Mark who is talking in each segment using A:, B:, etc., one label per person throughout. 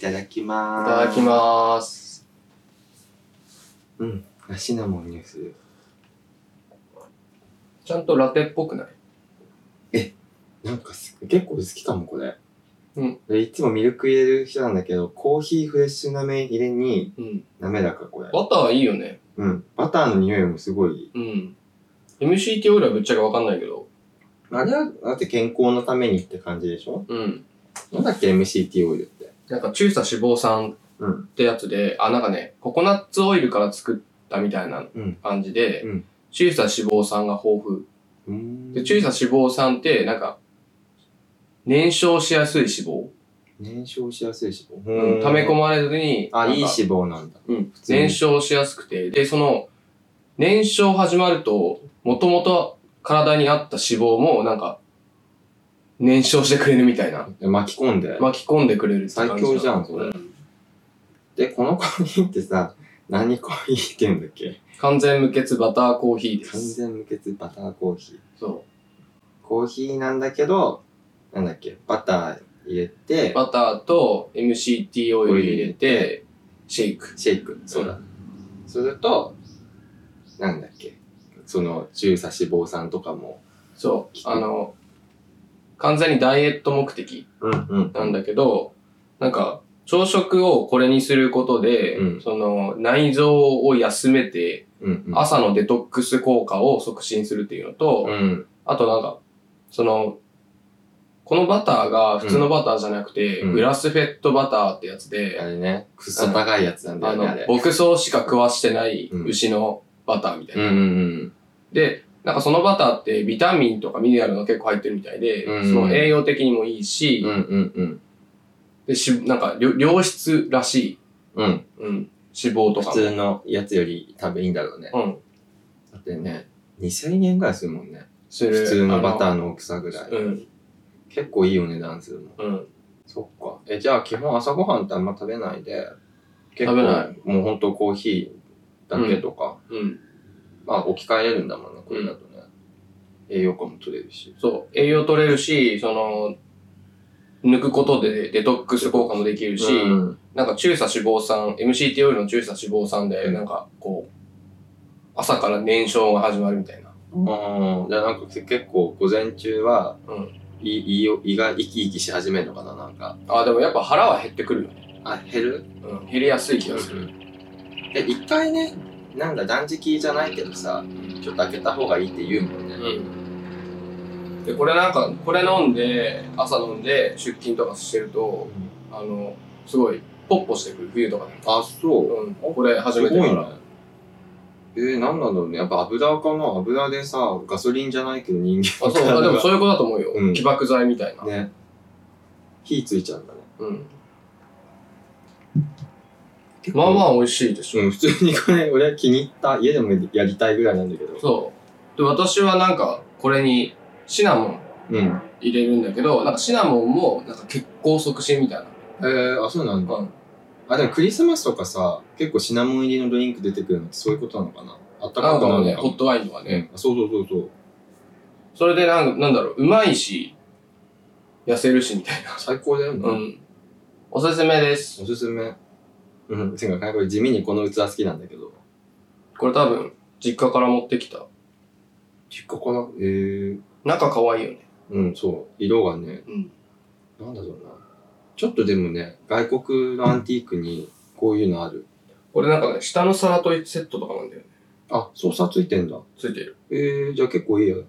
A: ただきま
B: い
A: ーす。
B: ただきまーす。
A: うん。あシナモンにする。
B: ちゃんとラテっぽくない
A: なんかす結構好きかも、これ。
B: うん
A: で。いつもミルク入れる人なんだけど、コーヒーフレッシュなめ入れに、
B: うん。
A: 滑らか、これ。
B: バターいいよね。
A: うん。バターの匂いもすごい。
B: うん。MCT オイルはぶっちゃけわかんないけど。
A: あれは、だって健康のためにって感じでしょ
B: うん。
A: なんだっけ、MCT オイルって。
B: なんか中鎖脂肪酸っ
A: うん。
B: てやつで、あ、なんかね、ココナッツオイルから作ったみたいな
A: うん。
B: 感じで、
A: うん
B: 中鎖脂肪酸が豊富。
A: うーん。
B: で、中鎖脂肪酸って、なんか、燃焼しやすい脂肪。
A: 燃焼しやすい脂肪。
B: うん。溜め込
A: む。
B: まれずに、
A: あ、いい脂
B: なんか
A: 肪なんだ。
B: うん、
A: 通に
B: 燃焼しやすくて、で、その、燃焼始まると、もともと体にあった脂肪も、なんか、燃焼してくれるみたいな。
A: 巻き込んで。
B: 巻き込んでくれるって感じなの
A: 最強じゃんそれ
B: うん
A: で、このコーヒーってさ、何コーヒーって言うんだっけ
B: 完全無欠バターコーヒーで
A: 完
B: す。
A: 全無欠バターコーヒー。
B: そ
A: コーヒーなんだけど、なんだっけ、バター入れ
B: う。
A: て、
B: バターと MCT オイル入れ
A: オイル入
B: て、シェイク。
A: シェイク。そうだ。すると、なんだっけ、その中鎖脂肪酸とかも、
B: そう。あの、完全にダイエット目的
A: うんうん
B: なんだけど、なんか、朝食をこれにすることで、
A: うん
B: その、内臓を休めて、
A: うんうん。
B: 朝のデトックス効果を促進するっていうのと、
A: うん。
B: あとなんか、その、このバターが普通のバターじゃなくて、
A: うん
B: グラスフェットバターってやつで、
A: あれね、くっそ高いやつなんだ
B: あ
A: よ
B: の
A: ね、あれ。
B: 牧草しか食わしてない
A: うん
B: 牛のバターみたい
A: うん
B: な、
A: うん
B: で、なんかそのバターってビタミンとかミネラルが結構入ってるみたいで、
A: うん
B: その栄養的にもいい
A: うん。
B: し
A: う、んうんうん。
B: でしなんか良良質らしい、
A: うん。
B: うん、脂肪と
A: 普
B: か
A: 通のやつより多分いいんだろうね。
B: も。うん。
A: だってね、2000円ぐらいするもんね。
B: する
A: 普通のバタ
B: ー。
A: ーの大きさぐらい。
B: うん。
A: 結構いいお値段するもん。
B: うん。
A: そっか。え、じゃあ基本朝ごはんってあんま食べないで、結
B: 食べな
A: もうほんとコーヒーだけとか、
B: うん。
A: まあ置き換えれるんだもんね、これだとね。栄養価も取れるし。
B: そう、栄養取れるし、その、抜くことでデトックス効果もできるし、
A: うん
B: なんか中鎖脂肪酸、MCT オイルの中鎖脂肪酸で、
A: うん
B: なんかこう、朝から燃焼が始まるみたいな。
A: うん。じゃあなんか結構午前中は、
B: うん
A: い胃を胃が生き生きし始めるのかな、なんか。
B: あ、でもやっぱ腹は減ってくるよね。
A: あ、減る
B: うん、減りやすい気がする。
A: で、一回ね、なんだ断食じゃないけどさ、ちょっと開けた方がいいって言うもんね。
B: うん。で、これなんか、これ飲んで、朝飲んで出勤とかしてると、あの、すごい、ポッポしてくる、冬とかで
A: あ、そう。
B: も。うん、これ初めてか
A: すごい
B: ら。
A: ねえー、なんなんだろうね。やっぱ油かな油でさ、ガソリンじゃないけど人間
B: あ、そう、あでもそういうことだと思うよ。
A: うん
B: 起爆剤みたいな。
A: ね。火ついちゃうんだね。
B: うん。まあまあ美味しいでしょ。
A: うん、普通にこれ、俺は気に入った。家でもやりたいぐらいなんだけど。
B: そう。で、私はなんか、これにシナモン
A: うん。
B: 入れるんだけど、なんかシナモンも、なんか血行促進みたいな。
A: えー、あ、そうなんだ。
B: うん。
A: あ、でもクリスマスとかさ、結構シナモン入りのドリンク出てくるのってそういうことなのかなあった
B: な
A: かく
B: んか
A: な
B: も
A: る
B: ね、
A: のか
B: ホットワインとかね。
A: ね、あそうそうそうそう。
B: それでなんか、なんだろう、うまいし、痩せるしみたいな。
A: 最高だよね。
B: うん。おすすめです。
A: おすすめ。うん。てか、これ地味にこの器好きなんだけど。
B: これ多分、実家から持ってきた。
A: 実家かなえー、
B: 中可愛いよね。
A: うん、そう。色がね、
B: うん。
A: なんだろうな。ちょっとでもね、外国のアンティークにこういうのある。
B: これなんかね、下の皿とセットとかなんだよね。
A: あ、操作ついてんだ。
B: ついてる。
A: えー、じゃあ結構いいよ。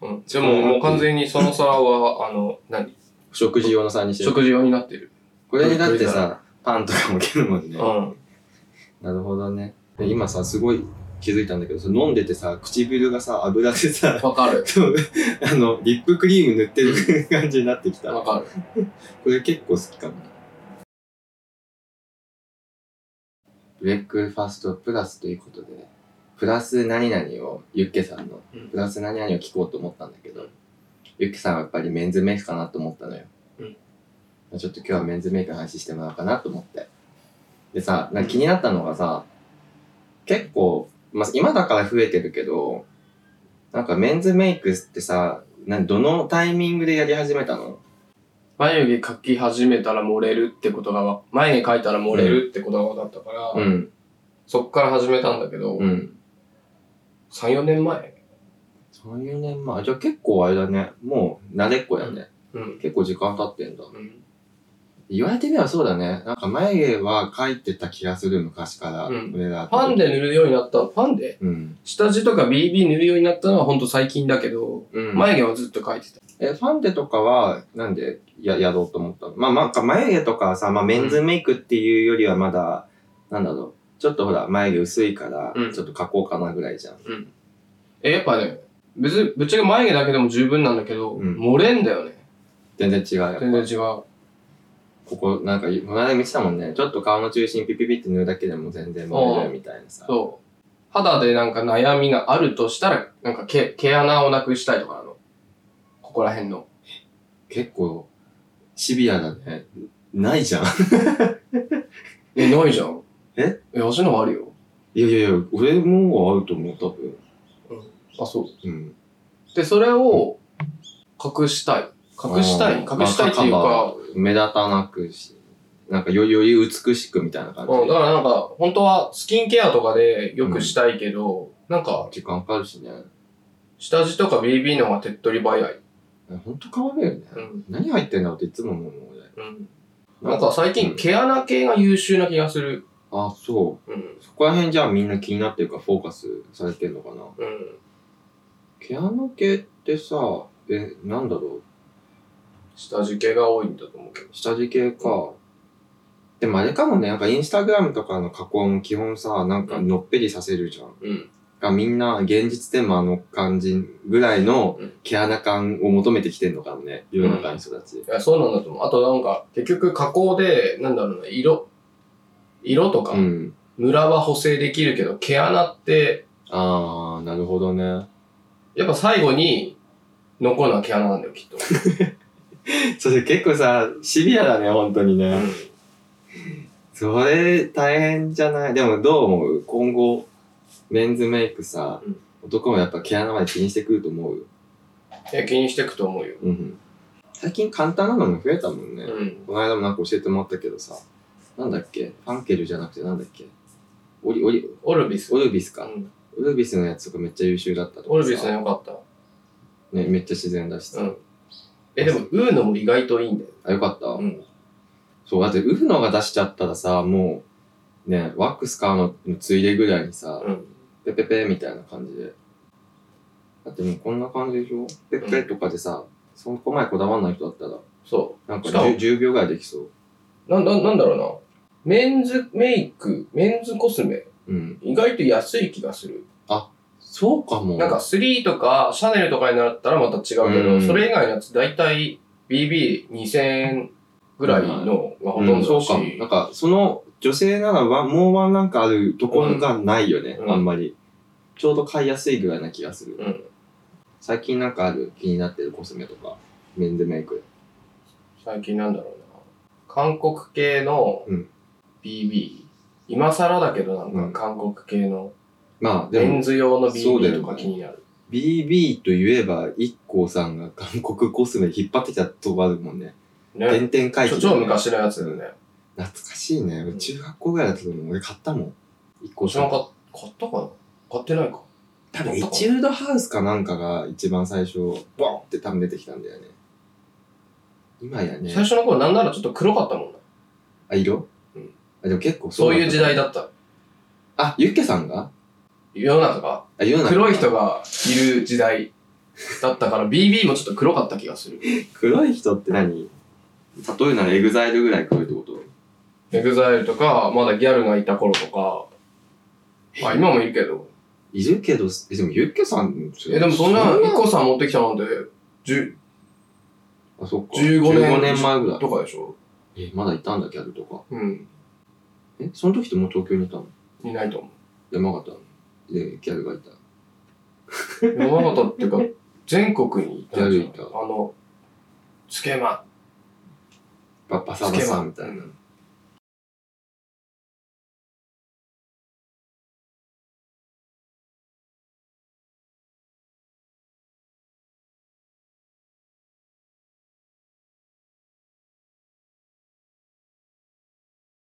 B: うん、でももう完全にその皿は、あの、何
A: 食事用の皿にしてる。
B: 食事用になってる。
A: これにだってさ、パンとかも切るもんね
B: う。ん。
A: なるほどね。で今さ、すごい気づいたんだけど、その飲んでてさ、唇がさ、油でさ、
B: わかる。
A: そうあの、リップクリーム塗ってる感じになってきた。
B: わ
A: こ
B: かる。
A: れ結構好きかも。ブレックファストプラスということで、プラス何々を、ユッケさんのプラス何々を聞こうと思ったんだけど、
B: うん
A: ゆっきさんはやっぱりメンズメイクかなと思ったのよ。
B: うん
A: まあちょっと今日はメンズメイクの話してもらおうかなと思って。でさ、なんか気になったのがさ、結構、まあ、今だから増えてるけど、なんかメンズメイクってさ、なんどのタイミングでやり始めたの
B: 眉毛描き始めたら漏れるってことがわ、眉毛描いたら漏れるってことが分かったから、
A: うん。
B: そっから始めたんだけど、
A: うん。
B: 3、4年前
A: 3、4年前。じゃあ結構あれだね。もう慣れっこやね。
B: うん。
A: 結構時間経ってんだ。
B: うん。
A: 言われてみればそうだね。なんか眉毛は描いてた気がする昔から。
B: うん
A: 俺ら。
B: ファン
A: で。
B: で塗るようになった、ファンで
A: うん。
B: 下地とか BB 塗るようになったのはほんと最近だけど、
A: うん。
B: 眉毛はずっと描いてた。
A: え、ファンデとかは、なんでや、やろうと思ったのまあ、なんか眉毛とかさ、まあ、メンズメイクっていうよりはまだ、なんだろう。ちょっとほら、眉毛薄いから
B: う、ん
A: ちょっと描こうかなぐらいじゃん。
B: え、やっぱね、別に、ぶっちゃけ眉毛だけでも十分なんだけど、
A: うん
B: 漏れんだよね。
A: 全然違うよ。
B: 全然違う。
A: ここ、なんか、この間見てたもんね。ちょっと顔の中心ピピピって塗るだけでも全然漏れるみたいなさ。
B: そう。肌でなんか悩みがあるとしたら、なんか毛、毛穴をなくしたいとかなの。ここら辺の。
A: 結構、シビアだね。ないじゃん。
B: え、ないじゃん。
A: え
B: え、足のあるよ。
A: いやいやいや、俺もあると思う、多分。
B: あ、そう。
A: うん。
B: で、それを隠したい。隠したい。
A: あー
B: 隠したいっていう
A: まあ
B: か、
A: 目立たなくし、なんかよりより美しくみたいな感じ。
B: うん、だからなんか、本当はスキンケアとかでよくしたいけど、なんか、
A: 時間かかるしね。
B: 下地とか BB の方が手っ取り早い。
A: ほんと変わるよね。
B: うん。
A: 何入ってんだろうっていつも思うもん俺。
B: うん。なんか最
A: う
B: 近
A: ん
B: 毛穴系が優秀な気がする。
A: あ、そ
B: うん
A: う。。そこら辺じゃあみんな気になってるからフォーカスされてんのかな。
B: うん。
A: 毛穴系ってさ、え、なんだろう。
B: 下地系が多いんだと思うけど。
A: 下地系か。でもあれかもね、なんかインスタグラムとかの加工も基本さ、なんかのっぺりさせるじゃん。
B: うん。
A: がみんな現実でもあの感じぐらいの
B: うん
A: 毛穴感を求めてきてんのかもね、世の中の人たち。
B: いや、そうなんだと思う。あとなんか、結局加工で、なんだろうな、色。色とか、
A: うん。
B: ムラは補正できるけど、毛穴って、
A: あー、なるほどね。
B: やっぱ最後に残るのは毛穴なんだよ、きっと。
A: それ結構さ、シビアだね、本当にね。それ大変じゃないでもどう思う今後メンズメイクさ、
B: うん
A: 男もやっぱ毛穴まで気にしてくると思うよ、
B: え気にしてくと思うよ。
A: うん、最近簡単なのも増えたもんね、
B: うん。
A: この間もなんか教えてもらったけどさなんだっけファンケルじゃなくてなんだっけオリオリ
B: オルビス。
A: オルビス
B: う
A: か、
B: ん
A: オルビスのやつとかめっちゃ優秀だったとかさ
B: オルビスは良かった。
A: ねめっちゃ自然だしさ、
B: うん。え、でも、ウーノも意外といいんだよ。
A: あよかった、
B: ん。
A: そうだってウフノが出しちゃったらさもうねワックス買うのついでぐらいにさ、
B: うん。
A: ペペペみたいな感じで。だってもうこんな感じでしょペペペとかでさ、そこまでこだわんない人だったら、
B: そ
A: なんか
B: しかも
A: 10, 10秒ぐらいできそう。
B: う。なんだ、なんだろうな。メンズメイク、メンズコスメ、
A: うん。
B: 意外と安い気がする。
A: そうかも。
B: なんか、3とか、シャネルとかになったらまた違うけど、
A: うん
B: それ以外のやつ、だいたい BB2000 円ぐらいのがほと
A: うんん、そ
B: どだ
A: う
B: し、
A: かも。なんか、その女性ならワンもうワンランクあるところがないよね、
B: うん
A: あんまり。ちょうど買いやすいぐらいな気がする。
B: うん
A: 最近なんかある気になってるコスメとか、メンズメイク。
B: 最近なんだろうな。韓国系の
A: うん
B: BB、今更だけどな
A: うん
B: んか韓国系の、
A: まあ、で
B: メ
A: も
B: ン、ズ用の
A: そうだよね
B: BB とか気になる。
A: BB といえば、IKKO さんが韓国コスメ引っ張ってきたとこあるもんね。
B: ね。
A: 点々回避
B: ちょ
A: だよね。
B: 超昔のやつだよね。
A: 懐かしいね。俺中学校ぐらいだったと思う。俺買ったもん。一個
B: 私も買っ買ったかな買ってないか。
A: 多分、エチュードハウスかなんかが一番最初、ボンって多分出てきたんだよね。今やね
B: 最。初の頃なんならちょっと黒かったもんな。
A: あ、色
B: うん
A: あ、でも結構
B: そういう時代
A: だ。
B: だった。
A: あ、ユッケさんが
B: 世の中が
A: あ、世の中
B: 黒い。人がいる時代だっ たから BB もちょっと黒かった気がする。
A: 黒い人って何例えるならエグザイルぐらい黒いってこと
B: エグザイルとか、まだギャルがいた頃とか、まあ今もいるけど。
A: いるけど、え、でもユッケさん、
B: え、でもそんな、一個さん持ってきたなんて、10
A: あ、そっか。
B: 15年
A: 15年前ぐらい。
B: とかでしょ
A: え、まだいたんだ、ギャルとか。
B: うん。
A: え、その時ってもう東京にいたの
B: いないと思う。
A: 山形でギャルがいた。
B: 山形っていうか、全国 にいたんじゃない
A: いたいた
B: あの、つけま、
A: ババサ
B: つ
A: バ
B: け
A: サ
B: ま
A: みたいな。
B: うん